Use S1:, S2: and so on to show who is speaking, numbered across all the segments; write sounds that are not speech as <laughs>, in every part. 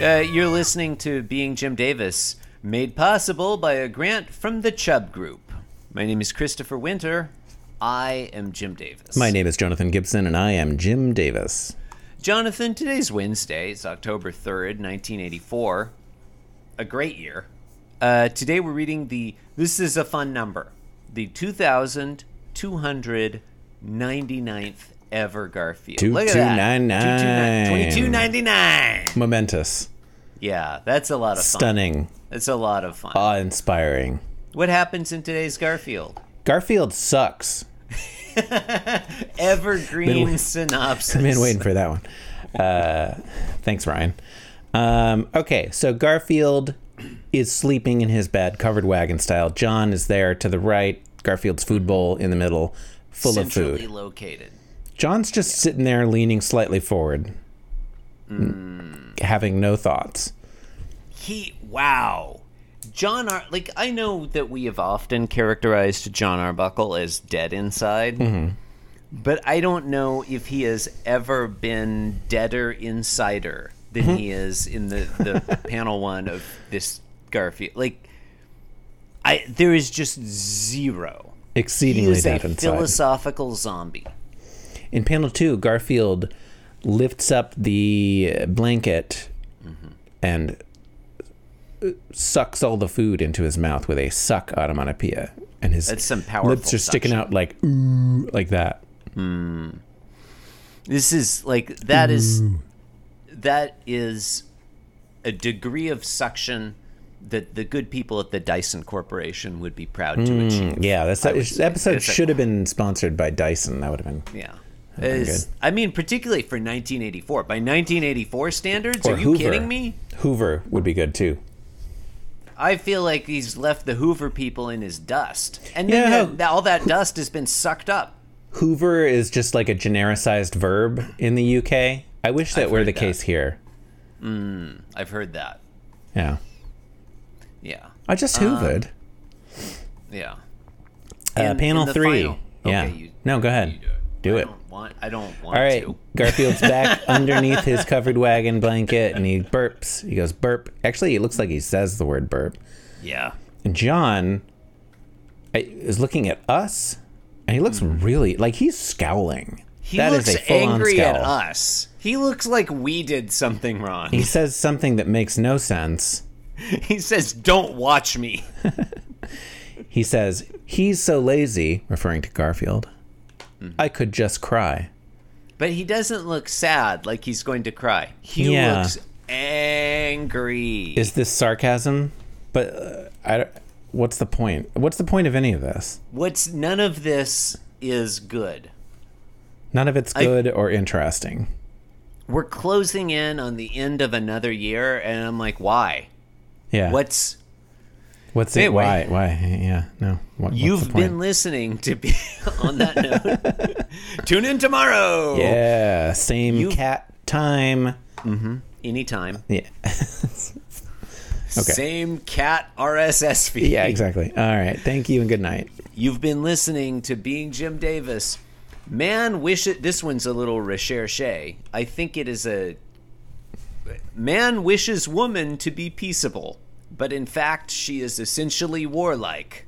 S1: Uh, you're listening to Being Jim Davis, made possible by a grant from the Chubb Group. My name is Christopher Winter. I am Jim Davis.
S2: My name is Jonathan Gibson, and I am Jim Davis.
S1: Jonathan, today's Wednesday. It's October 3rd, 1984. A great year. Uh, today we're reading the, this is a fun number, the 2,299th ever Garfield. Look at that.
S2: 2299.
S1: 2299.
S2: Momentous,
S1: Yeah, that's a lot of fun.
S2: stunning,
S1: It's a lot of fun.
S2: awe inspiring.
S1: what happens in today's Garfield?
S2: Garfield sucks.
S1: Evergreen synopsis.
S2: I've been waiting for that one. Uh, thanks, Ryan. Um, okay, so Garfield is sleeping in his bed, covered wagon style. John is there to the right, Garfield's food bowl in the middle, full of
S1: Centrally
S2: food.
S1: located.
S2: John's just sitting there, leaning slightly forward,
S1: Hmm.
S2: n- having no thoughts.
S1: He wow. John Ar like I know that we have often characterized John Arbuckle as dead inside.
S2: Mm-hmm.
S1: But I don't know if he has ever been deader insider than he
S2: Mm-hmm.
S1: is in the, the <laughs> panel one of this Garfield. Like I there is just zero. He
S2: Exceedingly
S1: is a
S2: dead inside.
S1: philosophical zombie.
S2: In panel two, Garfield lifts up the uh, blanket and uh, sucks all the food into his mouth with a suck onomatopoeia, and his
S1: That's some powerful
S2: lips are sticking
S1: suction.
S2: out like ooh, like that.
S1: This is like that is that is a degree of suction that the good people at the Dyson Corporation would be proud to
S2: Hmm.
S1: achieve.
S2: Yeah, that's that was,
S1: say
S2: episode
S1: it's a-
S2: should have been sponsored by Dyson. That would have been
S1: Yeah. Is-
S2: good.
S1: I mean, particularly for 1984. By 1984 standards,
S2: or
S1: are you
S2: Hoover.
S1: kidding me?
S2: Hoover would be good too.
S1: I feel like he's left the Hoover people in his dust, and
S2: You
S1: then
S2: know
S1: that-
S2: how-
S1: that- all that dust has been sucked up.
S2: Hoover is just like a genericized verb in the UK. I wish that were
S1: heard
S2: the
S1: that.
S2: case here.
S1: I've heard that.
S2: Yeah,
S1: Yeah,
S2: I just
S1: Um,
S2: hoovered.
S1: yeah.
S2: uh,
S1: in-
S2: panel
S1: in the
S2: three.
S1: final.
S2: Yeah.
S1: Okay, you-
S2: no, go ahead. Do
S1: I
S2: it.
S1: don't want. I don't want
S2: All right.
S1: to. <laughs>
S2: Garfield's back underneath his covered wagon blanket and he burps. He goes, burp. Actually, it looks like he says the word burp.
S1: Yeah.
S2: And John I, is looking at us and he looks
S1: Mm-hmm.
S2: really like he's scowling.
S1: He
S2: That is
S1: looks
S2: a full-on
S1: angry at
S2: scowl.
S1: us. He looks like we did something wrong. <laughs>
S2: He says something that makes no sense.
S1: he says, "Don't watch me."
S2: He says, he's so lazy, referring to Garfield.
S1: Mm-hmm.
S2: I could just cry.
S1: But he doesn't look sad like he's going to cry. He
S2: Yeah.
S1: looks angry.
S2: Is this sarcasm? But uh, I, don't- what's the point? What's the point of any of this?
S1: What's none of this is good.
S2: None of it's good or interesting.
S1: We're closing in on the end of another year, and I'm like, why?
S2: Yeah.
S1: What's
S2: What's it? Why?
S1: Anyway.
S2: Why? Yeah. No. What, what's
S1: you've
S2: the
S1: been
S2: point?
S1: listening to? Be <laughs> on that note,
S2: <laughs>
S1: tune in tomorrow.
S2: Yeah. Same
S1: You-
S2: cat time.
S1: Anytime.
S2: Yeah. <laughs> Okay.
S1: Same cat RSS feed.
S2: yeah. Exactly. All right. Thank you and good night.
S1: You've been listening to Being Jim Davis. Man wish it this one's a little recherche. I think it is a man wishes woman to be peaceable, but in fact she is essentially warlike,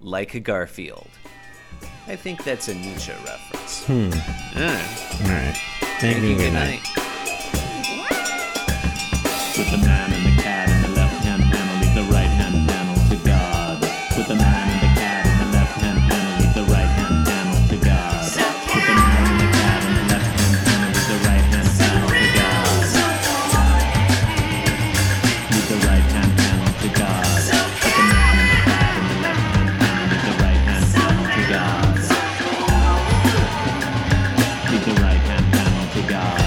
S1: like a Garfield. I think that's a Nietzsche reference. Yeah.
S2: All right. Thank you. and Good night.
S3: Put the man and the cat in the left hand panel, leave the right hand panel to God. Put the man and the cat in the left hand panel, leave the right hand panel to God. Put the man and the cat in the left hand panel, leave the right hand panel to God. Leave the right hand panel to God. Put the man and the cat in the left hand panel, leave the right hand panel to God. Leave the right hand panel to God. Put the man and the cat in the left hand panel, leave the right hand panel to God. Leave the right hand panel to God.